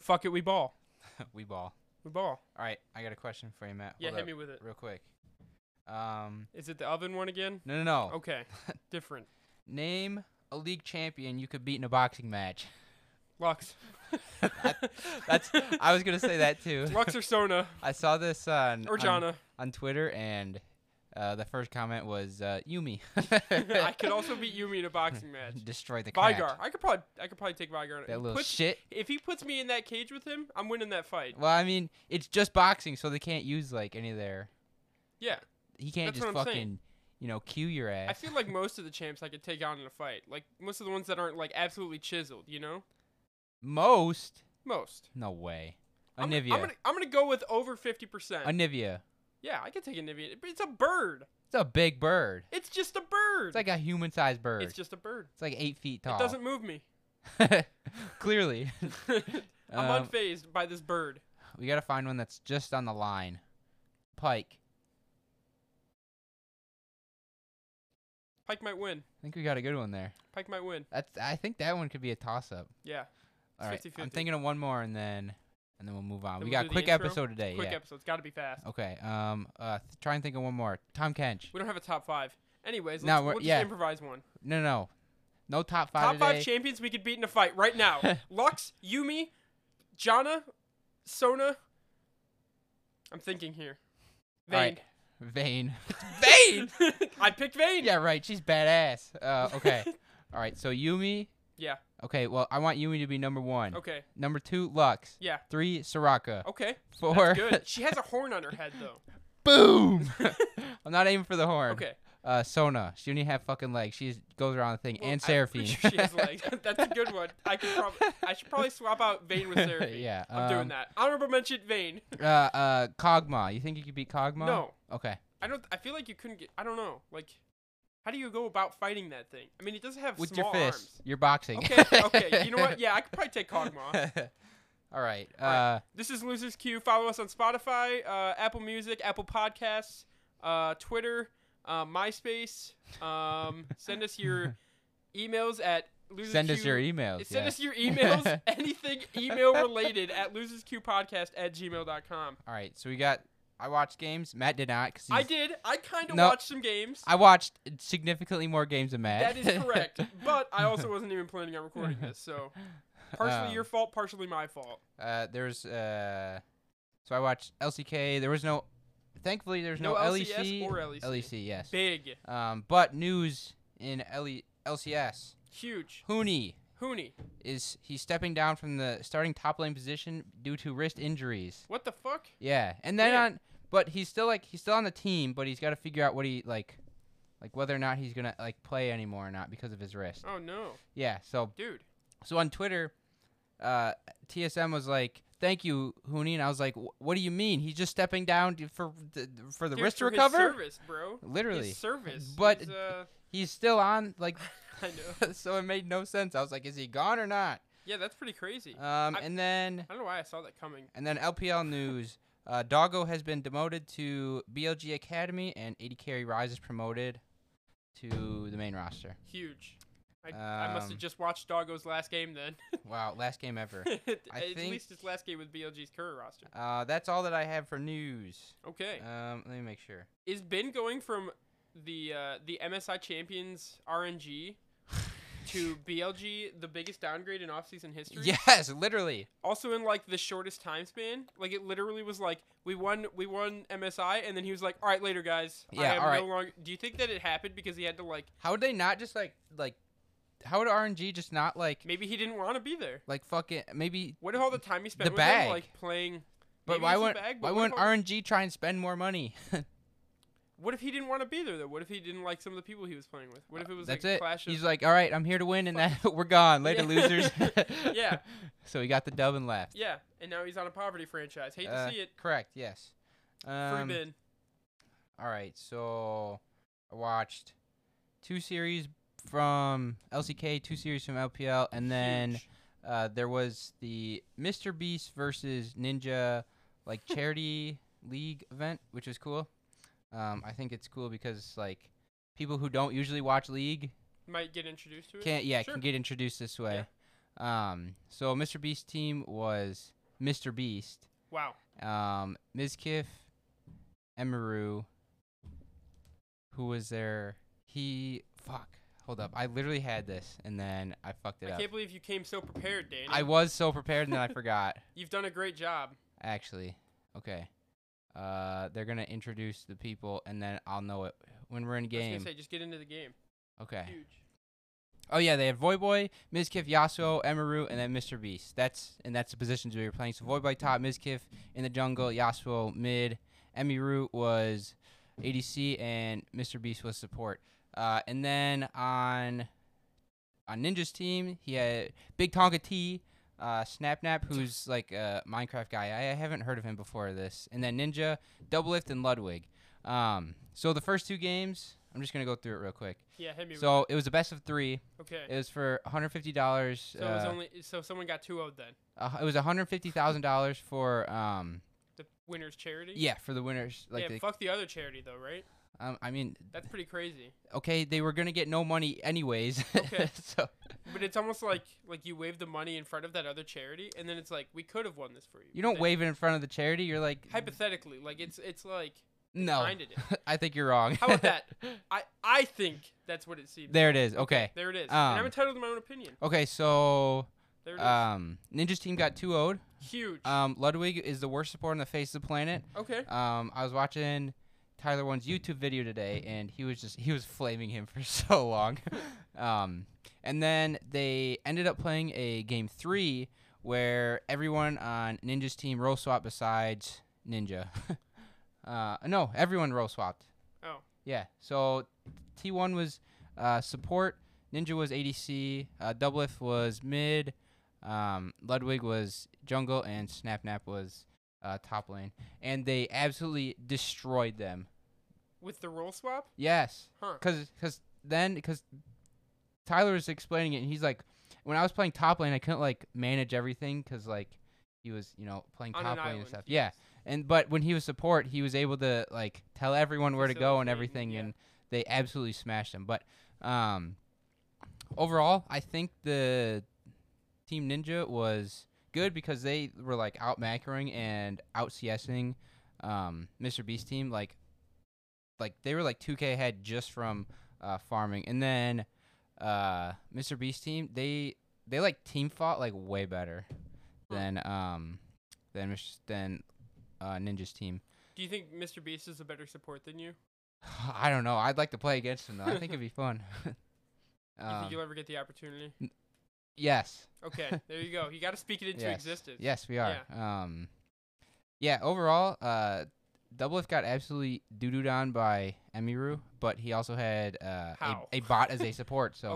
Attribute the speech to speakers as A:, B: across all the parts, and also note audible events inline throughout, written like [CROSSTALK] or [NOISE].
A: Fuck it, we ball.
B: we ball.
A: We ball.
B: All right, I got a question for you, Matt.
A: Yeah,
B: Hold
A: hit
B: up
A: me with it.
B: real quick. Um,
A: Is it the oven one again?
B: no, no, no. [LAUGHS]
A: Okay, different.
B: Name a league champion you could beat in a
A: [LAUGHS]
B: boxing match. [LAUGHS]
A: Lux.
B: That's. I was gonna say that too.
A: Lux or Sona
B: I saw this on
A: or
B: on, [LAUGHS]
A: Jana.
B: on Twitter, and uh, the first comment was uh, Yumi. [LAUGHS]
A: I could also beat Yumi in a boxing match.
B: destroy the crap.
A: Vigar. I could probably I could probably take Vigar.
B: That little
A: Puts-
B: shit.
A: if he puts me in that cage with him, I'm winning that fight.
B: Well, I mean, it's just boxing, so they can't use like any of their.
A: Yeah.
B: He can't
A: That's
B: just
A: what I'm
B: fucking,
A: saying.
B: you know, cue your ass.
A: I
B: [LAUGHS]
A: feel like most of the champs I could take on in a fight. Like most of the ones that aren't like absolutely chiseled, you know?
B: Most.
A: Most.
B: No way.
A: I'm gonna-
B: Anivia.
A: I'm gonna, I'm gonna go with over 50%.
B: Anivia.
A: yeah, I could take Anivia. But it's a bird.
B: It's a big bird.
A: It's just a bird.
B: It's like a human-sized bird.
A: It's just a bird.
B: It's like eight feet tall.
A: It doesn't move me.
B: [LAUGHS]
A: [LAUGHS]
B: Clearly. [LAUGHS]
A: I'm
B: Um,
A: unfazed by this bird.
B: we gotta find one that's just on the line. Pike.
A: Pike might win.
B: I think we got a good one there.
A: Pike might win.
B: That's. I think that one could be a toss-up.
A: Yeah.
B: All right. I'm
A: 50-50.
B: thinking of one more, and then, and then we'll move on.
A: Then
B: we
A: we'll
B: got
A: do
B: a
A: the
B: quick
A: intro?
B: episode today.
A: Quick
B: yeah.
A: episodes. Got to be fast.
B: Okay. Um. Uh. Th- try and think of one more. Tom Kench.
A: We don't have a top five. Anyways, let's,
B: No,
A: we'll
B: we're-
A: just
B: yeah.
A: improvise one.
B: No, no, no top five.
A: top five
B: today.
A: champions we could beat in a fight right now.
B: [LAUGHS]
A: Lux, Yumi, Jana, Sona. I'm thinking here. Vayne.
B: Alright.
A: [LAUGHS]
B: Vane.
A: I picked Vayne.
B: [LAUGHS] yeah, right. She's badass. Uh.
A: [LAUGHS]
B: Okay. All right. So Yumi.
A: Yeah.
B: Okay. Well, I want Yumi to be number one.
A: Okay.
B: Number two, Lux.
A: Yeah.
B: Three, Soraka.
A: Okay.
B: Four.
A: Good. She has a horn on her head though.
B: [LAUGHS]
A: [LAUGHS]
B: Boom. [LAUGHS] I'm not aiming for the horn.
A: Okay.
B: Uh, Sona. She only have fucking legs. She just goes around the thing.
A: Well, I'm [LAUGHS]
B: and
A: pretty
B: Seraphine.
A: sure she
B: [LAUGHS]
A: has legs. [LAUGHS] That's a good one. I could probably. I should probably swap out Vayne
B: [LAUGHS]
A: with Seraphine.
B: yeah.
A: I'm doing
B: um,
A: that. Honorable mention Vayne. [LAUGHS]
B: Uh, uh, Kogma. You think you could beat Kogma?
A: No.
B: Okay.
A: I don't. I feel like you couldn't get. I don't know. Like, how do you go about fighting that thing? I mean, it doesn't have
B: With your
A: small
B: fist. You're boxing.
A: arms. Okay.
B: [LAUGHS]
A: Okay. You know what? Yeah, I could probably take Kogma.
B: All right. Uh,
A: right. This is Losers Q. Follow us on Spotify, uh, Apple Music, Apple Podcasts, uh, Twitter, uh, MySpace.
B: [LAUGHS]
A: Um, send us your emails at losers
B: send us your emails.
A: Send
B: yeah.
A: us
B: [LAUGHS]
A: your emails, anything email related at losersqpodcast at gmail.com.
B: All right. So we got. I watched games. Matt did not. Cause
A: I
B: he's-
A: did. I kind of
B: No.
A: watched some games.
B: I watched significantly more games than Matt.
A: That is
B: [LAUGHS]
A: correct. but I also wasn't even planning on recording this, so partially
B: Um,
A: your fault, partially my fault.
B: Uh, there's uh, so I watched LCK. There was no, thankfully there's
A: No
B: no, E
A: LCS
B: LEC
A: or E LEC.
B: LEC, yes.
A: Big,
B: Um, but news in E, LE- LCS.
A: huge,
B: Hooney
A: Hooney.
B: is he's stepping down from the starting top lane position due to wrist injuries.
A: What the fuck?
B: Yeah, and then
A: Yeah.
B: on, but he's still like he's still on the team, but he's got to figure out what he like, like whether or not he's gonna like play anymore or not because of his wrist.
A: Oh no,
B: Yeah, so
A: dude.
B: so on Twitter, uh, TSM was like, "Thank you, Hooney," and I was like, "Wh- "What do you mean? He's just stepping down to- for the, for the
A: Dude,
B: wrist to
A: for his
B: recover."
A: service, bro.
B: Literally,
A: His service.
B: But-
A: His, uh, [LAUGHS]
B: he's still on. Like,
A: I know.
B: [LAUGHS] so it made no sense. I was like, "Is he gone or not?"
A: Yeah, that's pretty crazy.
B: Um,
A: I-
B: and then
A: I don't know why I saw that coming.
B: and then LPL news. Uh, Doggo has been demoted to BLG Academy, and 80 Carry Rise is promoted to the main roster.
A: Huge. I, I must have
B: Um,
A: just watched Doggo's last game then. [LAUGHS]
B: Wow, last game ever.
A: At
B: think-
A: least his last game with BLG's current roster.
B: Uh, that's all that I have for news.
A: Okay.
B: Um, let me make
A: [LAUGHS]
B: sure.
A: Is Ben going from the uh, the MSI champions RNG to BLG the biggest downgrade in offseason history?
B: Yes, literally.
A: Also in like the shortest time span. Like it literally was like we won we won MSI and then he was like, Alright later guys. I
B: Yeah,
A: am
B: all
A: no
B: right."
A: longer do you think that it happened because he had to like
B: How would they not just like like how would RNG just not like
A: maybe he didn't want to be there?
B: like fucking maybe
A: What if all the time he spent
B: The
A: with
B: bag.
A: him like playing
B: but
A: maybe
B: why
A: it's the
B: wouldn't
A: bag,
B: why
A: but what if
B: wouldn't
A: all-
B: RNG try and spend more money?
A: What if he didn't want to be there though? What if he didn't like some of the people he was playing with? What if it was
B: That's
A: like
B: it.
A: clash of
B: He's like, "All right, I'm here to win and that [LAUGHS] we're gone. Later
A: Yeah.
B: losers."
A: [LAUGHS] Yeah.
B: [LAUGHS] So he got the dub and left.
A: Yeah, and now he's on a poverty franchise. Hate
B: Uh,
A: to see it.
B: Correct. Yes.
A: Free
B: Um,
A: Ben.
B: all right. So I watched two series from LCK, two series from LPL, and then
A: Huge.
B: uh, there was the Mr. Beast versus Ninja
A: [LAUGHS]
B: like charity league event, which was cool. Um, I think it's cool because like people who don't usually watch League
A: might get introduced to it.
B: can't yeah
A: Sure.
B: can get introduced this way. Um, so Mr. Beast team was Mr. Beast,
A: Wow.
B: um, Mizkif, Emeru, who was there? He fuck. Hold up, I literally had this and then I fucked it
A: I
B: up.
A: can't believe you came so prepared, Danny.
B: I was so prepared and then I forgot.
A: You've done a great job.
B: Actually, okay. Uh, they're gonna introduce the people and then I'll know it when we're in
A: I
B: game.
A: was gonna say, just get into the game.
B: Okay.
A: Huge.
B: Oh yeah, they have Void Boy, Mizkif, Yasuo, Emeru, and then Mr. Beast. That's and that's the positions we were playing. So Void Boy top, Mizkif in the jungle, Yasuo mid, Emeru was ADC, and Mr. Beast was support. Uh, and then on on Ninja's team, he had Big Tonka T, uh, Snapnap, who's like a Minecraft guy. I, I haven't heard of him before this. And then Ninja, Doublelift, and Ludwig. Um, so the first two games, I'm just gonna go through it real quick.
A: Yeah, hit me. with
B: So it was a best of three.
A: okay.
B: It was for $150.
A: so
B: uh,
A: it was only so someone got two would then.
B: uh, it was $150,000 for um
A: The winner's charity.
B: yeah, for the winners like
A: yeah.
B: the,
A: fuck the other charity though, right?
B: um, I mean
A: That's pretty crazy.
B: okay, they were going to get no money anyways. [LAUGHS]
A: Okay.
B: so
A: But it's almost like like you wave the money in front of that other charity, and then it's like we could have won this for you.
B: you
A: but
B: don't
A: then-
B: wave it in front of the charity. You're like
A: Hypothetically, like it's it's like
B: no.
A: kinda did.
B: [LAUGHS] I think you're wrong.
A: How about that? I I think that's what it seems.
B: [LAUGHS] there it is. Okay.
A: There it is. and
B: Um,
A: I'm entitled to my own opinion.
B: Okay, so
A: There it is.
B: um Ninja's team got 2 0
A: Huge.
B: Um Ludwig is the worst support on the face of the planet.
A: okay.
B: Um, I was watching Tyler One's YouTube video today, and he was just he was flaming him [LAUGHS] for so long. um, and then they ended up playing a game three where everyone on Ninja's team role swapped besides Ninja. [LAUGHS] uh, no, everyone role swapped.
A: Oh.
B: Yeah. So T1 was uh, support. Ninja was ADC. Uh, Doublelift was mid. Um, Ludwig was jungle, and Snapnap was uh, top lane and they absolutely destroyed them.
A: With the roll swap?
B: Yes,
A: Huh.
B: because because then because Tyler was explaining it, and he's like, when I was playing top lane, I couldn't like manage everything because like he was you know playing
A: On
B: top
A: an
B: lane
A: island.
B: and stuff. Yeah,
A: yes.
B: and but when he was support, he was able to like tell everyone where to go and
A: Facilitate and-
B: everything,
A: yeah.
B: and they absolutely smashed him. But um, overall, I think the Team Ninja was good because they were like out macroing and out CSing um, Mr. Beast team. Like, like they were like 2K ahead just from uh, farming, and then uh, Mr. Beast team they they like team fought like way better
A: Hmm.
B: than um than Mich- than uh, Ninja's team. [LAUGHS]
A: Do you think Mr. Beast is a better support than you?
B: I don't know. I'd like to play against them though. I
A: [LAUGHS]
B: think it'd be fun.
A: Do you
B: um,
A: think you'll ever get the opportunity?
B: yes. [LAUGHS]
A: Okay, there you go. You got to speak it into
B: yes.
A: existence.
B: Yes, we are. Um, yeah. Overall, uh, Doublelift got absolutely doo dooed on by Emiru, but he also had uh, a,
A: How?
B: a bot as a support, so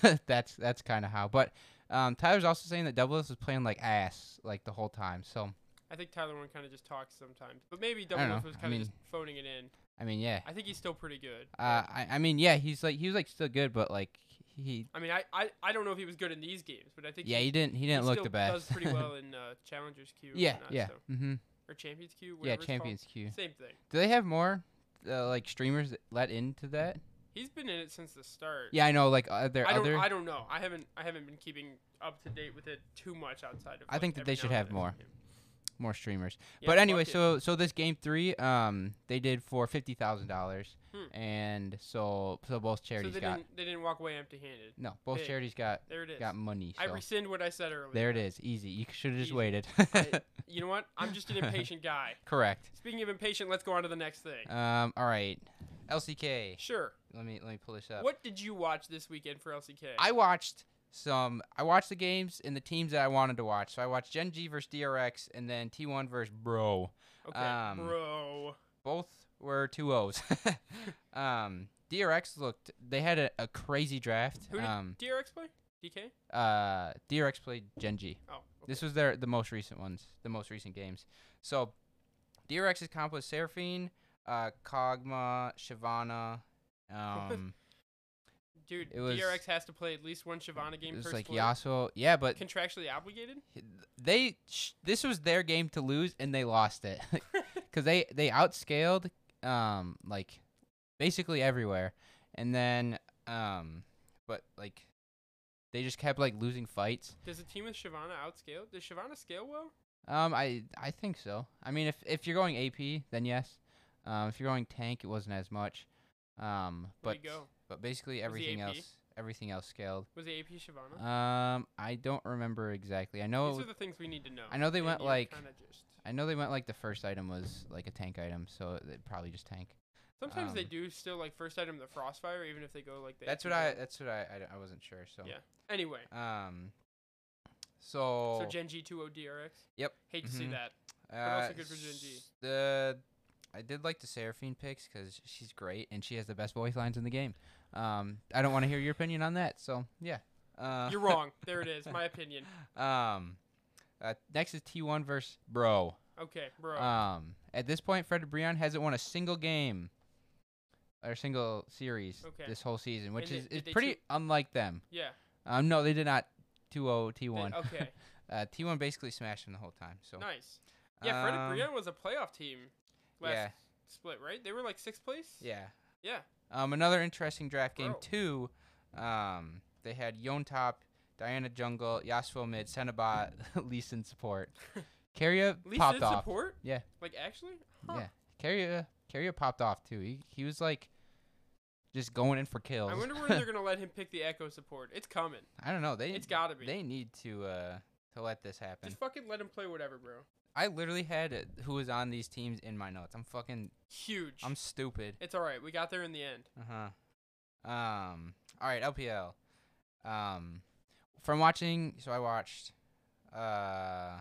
A: Okay.
B: [LAUGHS] that's that's kind of how. But um, Tyler's also saying that Doublelift was playing like ass like the whole time. So
A: I think Tyler one kind of just talks sometimes, but maybe
B: don't
A: Double F
B: know.
A: was
B: I
A: kind of just phoning it in.
B: I mean, yeah.
A: I think he's still pretty good. but-
B: Uh, I, I mean, yeah. He's like he was like still good, but like he
A: I mean, I, I I don't know if he was good in these games, but I think
B: yeah
A: he,
B: he didn't he didn't
A: he
B: look
A: still
B: the best.
A: Does
B: [LAUGHS]
A: pretty well in uh, Challengers Q. and
B: yeah,
A: whatnot,
B: yeah,
A: so-
B: hmm
A: or Champions Q.
B: yeah.
A: whatever it's called.
B: Champions Q.
A: Same thing.
B: Do they have more uh, like streamers that let into that?
A: He's been in it since the start.
B: Yeah, I know. Like are there
A: I don't
B: other.
A: I don't know. I haven't I haven't been keeping up to date with it too much outside of.
B: I think that they should have more. more streamers.
A: Yeah,
B: but anyway,
A: fuck it.
B: so so this game three, um, they did for fifty thousand dollars,
A: Hmm.
B: and so so both
A: so
B: charities
A: they
B: got
A: didn't they didn't walk away empty-handed.
B: no, both
A: big.
B: charities got
A: There it is.
B: got money.
A: I
B: so
A: rescind what I said earlier.
B: there it is, easy. You should have just
A: Easy.
B: waited.
A: I- You know what? I'm just an impatient guy.
B: [LAUGHS] Correct.
A: Speaking of impatient, let's go on to the next thing.
B: Um, all right, LCK.
A: Sure.
B: Let me let me pull this up.
A: What did you watch this weekend for LCK?
B: I watched some. I watched the games and the teams that I wanted to watch. So I watched Gen G versus DRX, and then T1 versus Bro.
A: okay,
B: um,
A: bro.
B: both were two O's. [LAUGHS] um, DRX looked. They had a, a crazy draft.
A: Who did-
B: um,
A: DRX play? DK?
B: uh, DRX played Genji.
A: Oh, okay.
B: This was their the most recent ones, the most recent games. So, DRX's comp was Seraphine, uh, Kogma, Shyvana. Um,
A: dude.
B: it was-
A: DRX has to play at least one Shyvana game
B: it
A: per
B: was like
A: split.
B: Yasuo. Yeah, but
A: Contractually obligated. [LAUGHS]
B: they sh- this was their game to lose and they lost it [LAUGHS] because they they outscaled um like basically everywhere and then um but like They just kept like losing fights.
A: Does the team with Shyvana outscale? Does Shyvana scale well?
B: Um, I I think so. I mean, if if you're going AP, then yes. Um, if you're going tank, it wasn't as much. Um,
A: Where'd
B: but
A: he go?
B: but basically
A: Was he
B: everything
A: AP?
B: else everything else scaled.
A: Was it AP Shyvana?
B: Um, I don't remember exactly. I know it
A: These
B: was-
A: are the things we need to know.
B: I know they
A: and
B: went,
A: you
B: like-
A: kinda just-
B: I know they went like the first item was like a tank item, so it it'd probably just tank.
A: Sometimes they
B: um,
A: do still like first item the Frostfire, even if they go like the
B: That's
A: AP
B: what I
A: build.
B: that's what I I, don't- I wasn't sure. So
A: Yeah. Anyway,
B: um, so,
A: so Gen G two O DRX.
B: Oh. Yep.
A: Hate to see
B: Mhm.
A: that.
B: uh,
A: also good for Gen G.
B: s- The I did like the Seraphine picks because she's great and she has the best voice lines in the game. Um, I don't want to hear your opinion on that. So yeah, uh,
A: You're wrong. there it is. My opinion.
B: [LAUGHS] Um, uh, next is T1 versus Bro.
A: Okay, bro.
B: Um, at this point, Fred Breon hasn't won a single game or single series
A: Okay.
B: this whole season, which
A: And
B: is,
A: did- did
B: is
A: they
B: pretty
A: choo-
B: unlike them.
A: yeah.
B: Um, no, they did not 2
A: they-
B: T1.
A: okay.
B: [LAUGHS] uh, T1 basically smashed him the whole time. So
A: nice. Yeah, Fred
B: um,
A: Brion was a playoff team last
B: yeah,
A: split, right? They were like sixth place.
B: yeah.
A: Yeah.
B: Um, another interesting draft game
A: Bro.
B: too. Um, they had Yon Top, Diana Jungle, Yasuo mid, [LAUGHS] Cenobot,
A: [LAUGHS]
B: Leeson support. Carrier
A: Least
B: popped
A: in
B: off.
A: support.
B: Yeah.
A: Like actually. Huh.
B: Yeah, Carrier Carrier popped off too. He he was like just going in for kills.
A: I
B: [LAUGHS]
A: wonder when they're gonna let him pick the Echo support. It's coming.
B: I don't know. They
A: It's gotta be.
B: they need to uh to let this happen.
A: Just fucking let him play whatever, bro.
B: I literally had uh, who was on these teams in my notes. I'm fucking
A: Huge.
B: I'm stupid.
A: It's all right. We got there in the end.
B: Uh huh. Um. All right. LPL. Um. From watching, so I watched. Uh.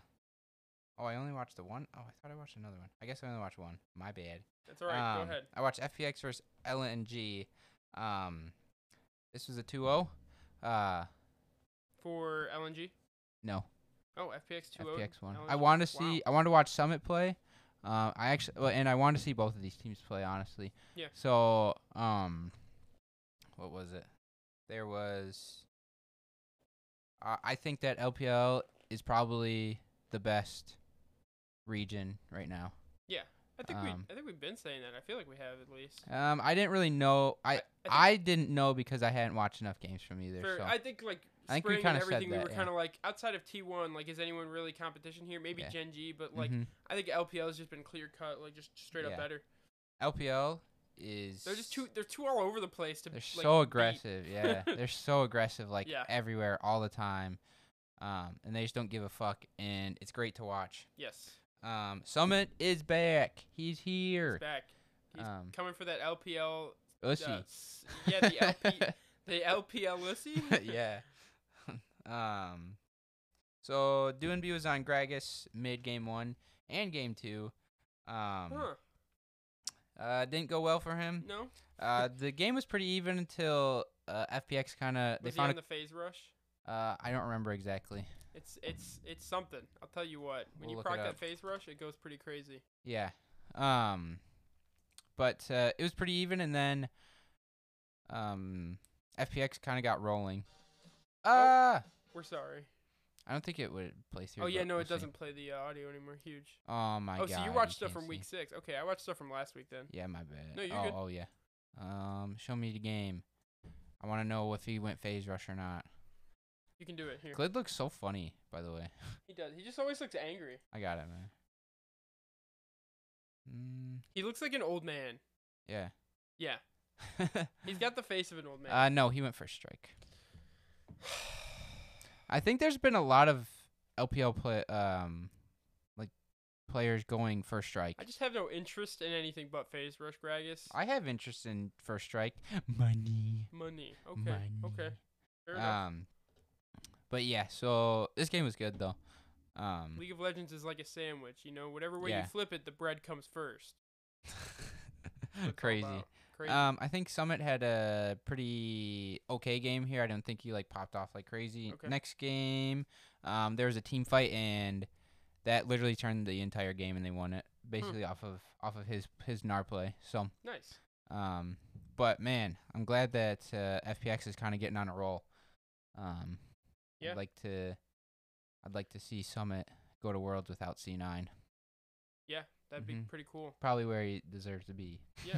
B: Oh, I only watched the one. Oh, I thought I watched another one. I guess I only watched one. My bad.
A: That's all right.
B: Um,
A: Go ahead.
B: I watched FPX versus LNG. Um, this was a 2-0. Uh,
A: For LNG.
B: no,
A: Oh, FPX two O.
B: FPX one. I want to see. I want to watch Summit play. Um, I actually well, and I want to see both of these teams play honestly.
A: Yeah.
B: So um, what was it? There was. I I think that LPL is probably the best region right now.
A: I think
B: um,
A: we. I think we've been saying that. I feel like we have at least.
B: Um, I didn't really know. I
A: think-
B: I, didn't know because I hadn't watched enough games from either.
A: Fair.
B: so.
A: I think like
B: I think we
A: spring and
B: kinda said
A: everything, we
B: that,
A: were
B: yeah.
A: kind of like outside of T one. Like, is anyone really competition here? Maybe
B: Yeah.
A: Gen G, but like
B: Mhm.
A: I think LPL has just been clear cut, like just straight
B: Yeah.
A: up better.
B: LPL is
A: They're just too. They're too all over the place. To
B: they're
A: like,
B: so
A: beat. [LAUGHS]
B: aggressive. Yeah, they're so aggressive like
A: Yeah.
B: everywhere all the time. Um, and they just don't give a fuck and it's great to watch.
A: Yes,
B: Um, Summit is back.
A: he's
B: He's here.
A: back. He's
B: Um,
A: coming for that LPL. uh,
B: Ussy.
A: s- yeah, the LP,
B: [LAUGHS]
A: the LPL Lucy.
B: yeah. [LAUGHS] um, so Doonby was on Gragas mid game 1 and game 2. Um,
A: Huh?
B: uh, didn't go well for him.
A: [LAUGHS] No.
B: Uh, the game was pretty even until uh, FPX kind of they
A: Was he on
B: found
A: the phase rush?
B: a, uh, I don't remember exactly.
A: It's it's it's something. I'll tell you what. When
B: We'll
A: you
B: look it
A: proc
B: up.
A: that phase rush, it goes pretty crazy.
B: Yeah. Um but uh, it was pretty even and then um FPX kind of got rolling.
A: Oh.
B: Ah,
A: We're sorry.
B: I don't think it would play through.
A: Oh yeah,
B: but
A: no,
B: we'll
A: it
B: see.
A: doesn't play the uh, audio anymore. Huge.
B: Oh my
A: oh,
B: god.
A: so you watched stuff
B: can't
A: from
B: see.
A: week six? Okay, I watched stuff from last week then.
B: Yeah, my bad.
A: No, you're
B: oh,
A: good.
B: oh yeah. Um show me the game. I want to know if he went phase rush or not.
A: You can do it here.
B: Glid looks so funny, by the way.
A: He does. He just always looks angry.
B: I got it, man. Mm,
A: He looks like an old man.
B: yeah. [LAUGHS]
A: Yeah, he's got the face of an old man.
B: Uh, no, he went for a strike. I think there's been a lot of LPL play, um, like players going first strike.
A: I just have no interest in anything but Phase Rush Gragas.
B: I have interest in first strike money.
A: Money. Okay.
B: Money.
A: Okay. Fair enough.
B: Um, but yeah, so this game was good though. Um,
A: League of Legends is like a sandwich. You know, whatever way
B: Yeah.
A: you flip it, the bread comes
B: [LAUGHS]
A: first. That's all
B: [LAUGHS] crazy.
A: about. Crazy.
B: Um, I think Summit had a pretty okay game here. I don't think he like popped off like crazy.
A: Okay.
B: Next game, um, there was a team fight and that literally turned the entire game and they won it
A: Hmm.
B: basically off of off of his his NAR play. So,
A: nice.
B: um, but man, I'm glad that uh, FPX is kind of getting on a roll. Um,
A: Yeah.
B: I'd like to, I'd like to see Summit go to Worlds without C9.
A: That'd be
B: mhm.
A: pretty
B: [LAUGHS]
A: cool.
B: Probably where he deserves to be.
A: Yeah.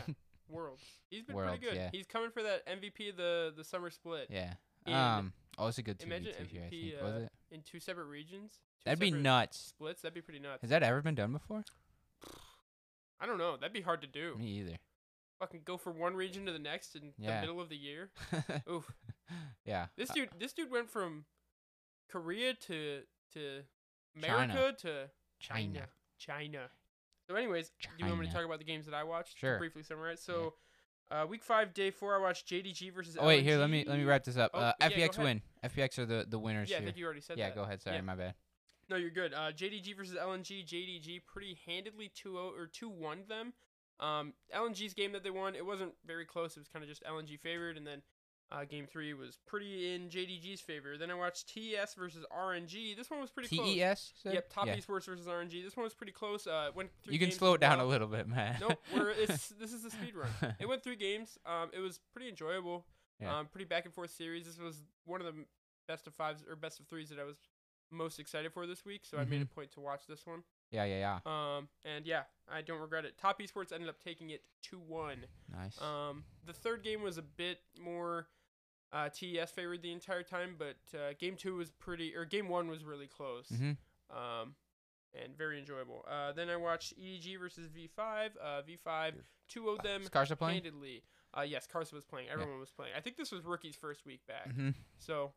A: Worlds. He's been
B: Worlds,
A: pretty good.
B: yeah.
A: He's coming for that MVP of the the summer split.
B: [LAUGHS] Yeah.
A: in
B: um. Oh, it's a good 2v2
A: Imagine
B: here, I
A: MVP,
B: think. was
A: uh,
B: it?
A: in two separate regions. two
B: That'd be
A: separate
B: nuts.
A: Splits. That'd be pretty nuts.
B: Has that ever been done before?
A: I don't know. That'd be hard to do.
B: Me either. [LAUGHS]
A: Fucking go from one region to the next in
B: Yeah.
A: the middle of the
B: [LAUGHS]
A: year. Oof.
B: yeah.
A: This
B: Uh,
A: dude. This dude went from Korea to to
B: China.
A: America to
B: China.
A: China. So, anyways, do you want me to
B: China.
A: talk about the games that I watched? to
B: Sure.
A: briefly summarize.
B: Yeah.
A: So, uh, week five, day four, I watched JDG versus.
B: Oh wait, here let me let me
A: LNG.
B: wrap this up.
A: Oh,
B: uh,
A: yeah, go
B: FPX
A: ahead.
B: win. FPX are the the winners
A: Yeah, I
B: here.
A: think you already said
B: yeah,
A: that.
B: go ahead. Sorry,
A: Yeah.
B: my bad.
A: No, you're good. Uh, JDG versus LNG. JDG pretty handedly 2 0 or 2 1 them. Um, LNG's game that they won, it wasn't very close. It was kind of just LNG favored. And then uh, game three was pretty in JDG's favor. Then I watched TES versus RNG. This one was pretty
B: TES.
A: close.
B: you said?
A: Yep, Top
B: E Yeah.
A: Esports versus RNG. This one was pretty close. Uh, it went three
B: You can
A: games
B: slow
A: as
B: it down
A: well.
B: a little bit, man.
A: No,
B: [LAUGHS]
A: we're, it's, this is a speed run. It went three games. Um, it was pretty enjoyable.
B: Yeah.
A: Um, pretty back and forth series. This was one of the m- best of fives or best of threes that I was most excited for this week. So I made a point to watch this one.
B: yeah, yeah, yeah.
A: Um, and yeah, I don't regret it. Top Esports ended up taking it two one.
B: Nice.
A: Um, the third game was a bit more. Uh, TES favored the entire time, but uh, game two was pretty, or game one was really close [LAUGHS]
B: hmm
A: um, and very enjoyable. Uh, then I watched EDG versus V5. Uh, V5 2 0 them
B: Scarsa playing.
A: handedly. Uh, yes, Carson was playing. Everyone was playing. I think this was rookie's first week back.
B: hmm
A: So,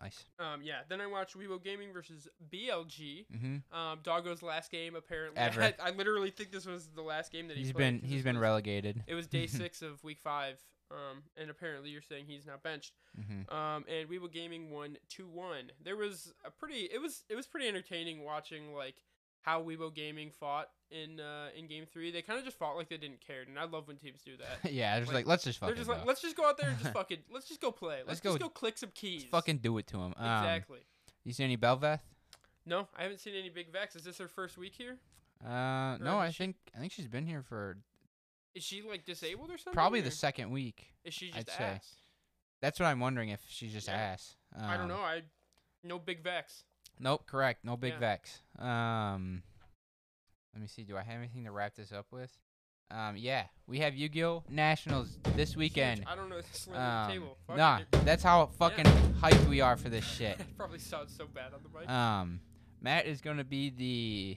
B: Nice.
A: um, yeah. Then I watched Weibo Gaming versus BLG.
B: hmm
A: Um, Doggo's last game apparently.
B: Ever.
A: [LAUGHS] I, literally think this was the last game that he
B: He's
A: played
B: been
A: 'cause
B: he's
A: this
B: been
A: was-
B: relegated.
A: It was
B: [LAUGHS]
A: day six of week five. Um, and apparently you're saying he's not benched.
B: hmm
A: Um, and we were gaming one two one. There was a pretty it was it was pretty entertaining watching like how Weibo Gaming fought in uh, in game three. They kind of just fought like they didn't care, and I love when teams do
B: [LAUGHS]
A: that.
B: [LAUGHS] yeah, just
A: like,
B: like, let's just
A: They're
B: fucking
A: just
B: go.
A: like, let's just go out there and
B: [LAUGHS]
A: just fucking let's just go play. Let's,
B: Let's
A: just
B: go-
A: go click some keys.
B: Let's fucking do it to him. Um,
A: exactly.
B: You see any Belveth?
A: No, I haven't seen any big vex. Is this her first week here?
B: Uh, no,
A: Or
B: I
A: she-
B: think I think she's been here for
A: Is she like disabled or something?
B: probably
A: or
B: the second week.
A: Is she
B: I'd
A: just
B: say.
A: ass?
B: That's what I'm wondering if she's just
A: Yeah.
B: ass. Um,
A: I don't know. I no big vex.
B: Nope, correct. No big
A: Yeah.
B: vex. Um, let me see. Do I have anything to wrap this up with? Um, yeah, we have Yu-Gi-Oh Nationals this weekend.
A: Huge. I don't know. Slam
B: Um,
A: the table. Fuck
B: nah,
A: it.
B: that's how fucking hyped we are for this shit.
A: [LAUGHS] It probably sounds so bad on the mic.
B: Um, Matt is gonna be the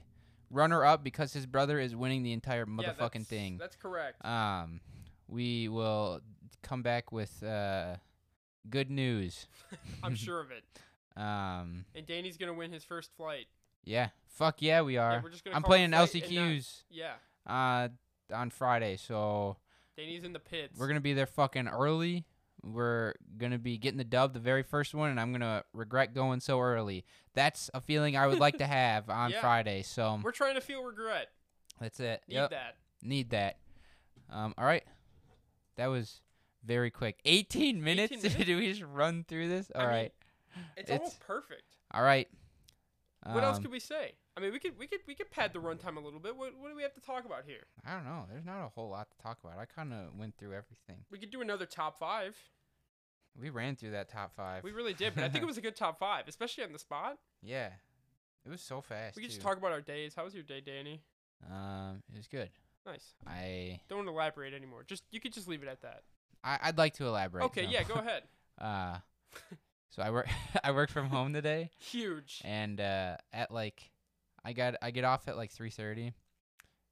B: runner-up because his brother is winning the
A: Yeah,
B: entire motherfucking
A: that's-
B: thing.
A: That's correct.
B: Um, we will come back with uh good news.
A: [LAUGHS]
B: [LAUGHS]
A: I'm sure of it.
B: Um,
A: And Danny's gonna win his first flight.
B: yeah, fuck yeah, we are.
A: Yeah, we're just gonna
B: I'm
A: call it a
B: playing
A: flight and not-
B: LCQs.
A: yeah,
B: uh on Friday. So
A: Danny's in the pits.
B: we're gonna be there fucking early. We're gonna be getting the dub, the very first one, and I'm gonna regret going so early. That's a feeling I would
A: [LAUGHS]
B: like to have on
A: Yeah.
B: Friday. So
A: We're trying to feel regret.
B: that's it.
A: Need
B: yep,
A: that.
B: need that. Um, all right, that was very quick. 18 minutes. [LAUGHS]
A: minutes?
B: Did we just run through this?
A: I
B: All right,
A: mean, It's,
B: It's-
A: almost perfect.
B: all right.
A: What else
B: Um,
A: could we say? I mean, we could we could we could pad the runtime a little bit. What what do we have to talk about here?
B: I don't know. There's not a whole lot to talk about. I kind of went through everything.
A: We could do another top five.
B: We ran through that top five.
A: We really did, but I think
B: [LAUGHS]
A: it was a good top five, especially on the spot.
B: yeah, it was so fast.
A: We could just
B: too.
A: talk about our days. How was your day, Danny?
B: Um, it was good.
A: Nice.
B: I,
A: Don't elaborate anymore. Just you could just leave it at that.
B: I I'd like to elaborate.
A: okay,
B: though.
A: yeah, go
B: [LAUGHS]
A: ahead. [LAUGHS]
B: Uh, so I work [LAUGHS] I worked from home today,
A: Huge.
B: and uh, at like I got I get off at like three thirty,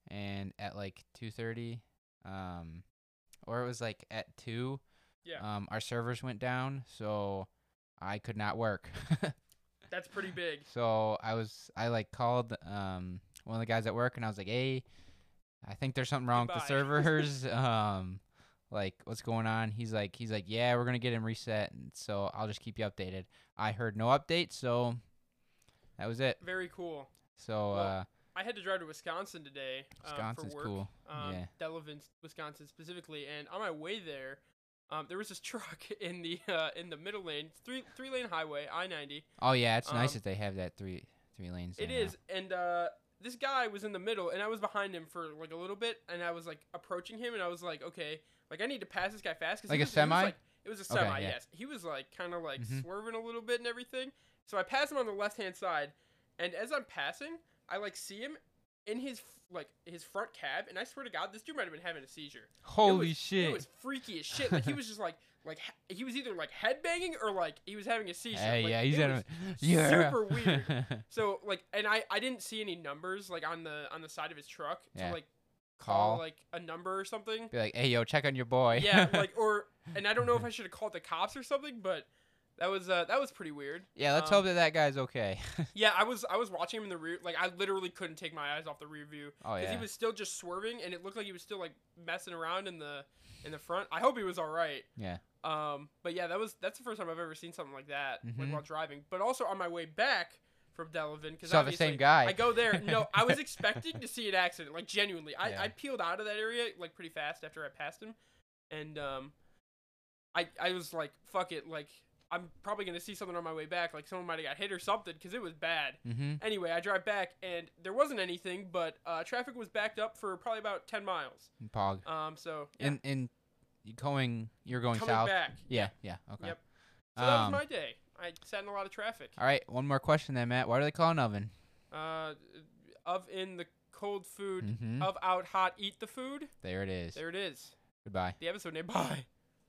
B: and at like two thirty, um, or it was like at two.
A: Yeah.
B: Um, our servers went down, so I could not work.
A: That's pretty big.
B: So I was I like called um one of the guys at work and I was like, Hey, I think there's something wrong with
A: Goodbye."
B: the servers. [LAUGHS] um like what's going on? He's like he's like, Yeah, we're gonna get him reset and so I'll just keep you updated. I heard no update, so that was it.
A: Very cool.
B: So
A: Well,
B: uh
A: I had to drive to Wisconsin today. Um, for
B: Wisconsin's
A: work.
B: cool.
A: um,
B: Yeah.
A: Delavan, Wisconsin specifically. And on my way there, um, there was this [LAUGHS] truck in the uh, in the middle lane, three three lane highway, I ninety.
B: Oh yeah, it's nice
A: um,
B: that they have that three three lanes.
A: It
B: there now.
A: is, and uh, this guy was in the middle, and I was behind him for like a little bit, and I was like approaching him, and I was like, okay, like I need to pass this guy fast. 'cause he
B: Like a
A: was- he was,
B: semi?
A: like- it was a
B: Okay,
A: semi,
B: yeah.
A: yes. He was like kind of like
B: Mhm.
A: swerving a little bit and everything. So I pass him on the left hand side, and as I'm passing, I like see him in his like his front cab, and I swear to God, this dude might have been having a seizure.
B: Holy
A: it was,
B: shit.
A: It was freaky as shit. Like he was just like like he- he was either like headbanging or like he was having a seizure.
B: Hey,
A: Like,
B: yeah, he's
A: it
B: gonna.
A: was-
B: [LAUGHS] Yeah.
A: super weird. So like, and I I didn't see any numbers like on the on the side of his truck
B: Yeah.
A: to like
B: [LAUGHS] Call.
A: call like a number or something.
B: Be like, hey, yo, check on your boy. [LAUGHS]
A: yeah, like or and I don't know if I should have called the cops or something, but that was uh that was pretty weird.
B: yeah. Let's
A: um,
B: hope that that guy's okay. [LAUGHS]
A: Yeah, I was I was watching him in the rear like I literally couldn't take my eyes off the rear view
B: oh
A: because
B: yeah.
A: he was still just swerving and it looked like he was still like messing around in the in the front. I hope he was all right.
B: Yeah.
A: Um, but yeah, that was that's the first time I've ever seen something like that like,
B: Mhm.
A: while driving. But also on my way back from Delavan because
B: Saw the same guy.
A: I go there.
B: [LAUGHS]
A: No, I was expecting to see an accident. Like genuinely, I,
B: Yeah.
A: I peeled out of that area like pretty fast after I passed him, and um, I I was like, fuck it, like I'm probably gonna see something on my way back. Like someone might have got hit or something because it was bad.
B: Mm-hmm.
A: Anyway, I drive back and there wasn't anything, but uh, traffic was backed up for probably about ten miles.
B: Pog.
A: Um, so yeah,
B: And and you going, you're going
A: coming
B: south.
A: back.
B: Yeah. Yeah. Okay.
A: Yep. So that was
B: Um,
A: my day. I sat in a lot of traffic.
B: All right. One more question then, Matt. Why do they call an oven?
A: Uh, of in the cold food,
B: Mm-hmm.
A: of out hot, eat the food.
B: There it is.
A: There it is.
B: Goodbye.
A: The episode name. Bye.